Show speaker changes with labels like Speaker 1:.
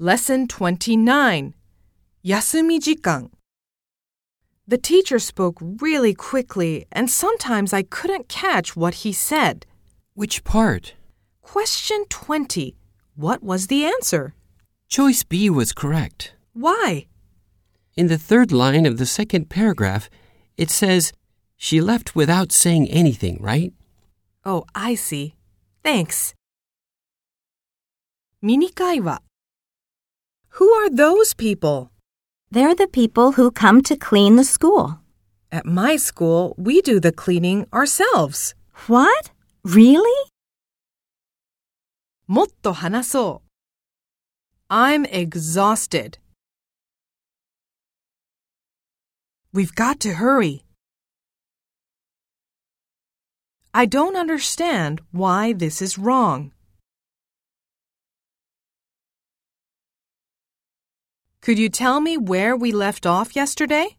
Speaker 1: Lesson 29 Yasumijikan. The teacher spoke really quickly, and sometimes I couldn't catch what he said.
Speaker 2: Which part?
Speaker 1: Question 20 What was the answer?
Speaker 2: Choice B was correct.
Speaker 1: Why?
Speaker 2: In the third line of the second paragraph, it says, She left without saying anything, right?
Speaker 1: Oh, I see. Thanks. ミニ会話 Who are those people?
Speaker 3: They're the people who come to clean the school.
Speaker 1: At my school, we do the cleaning ourselves.
Speaker 3: What? Really?
Speaker 1: もっと話そう I'm exhausted. We've got to hurry. I don't understand why this is wrong. Could you tell me where we left off yesterday?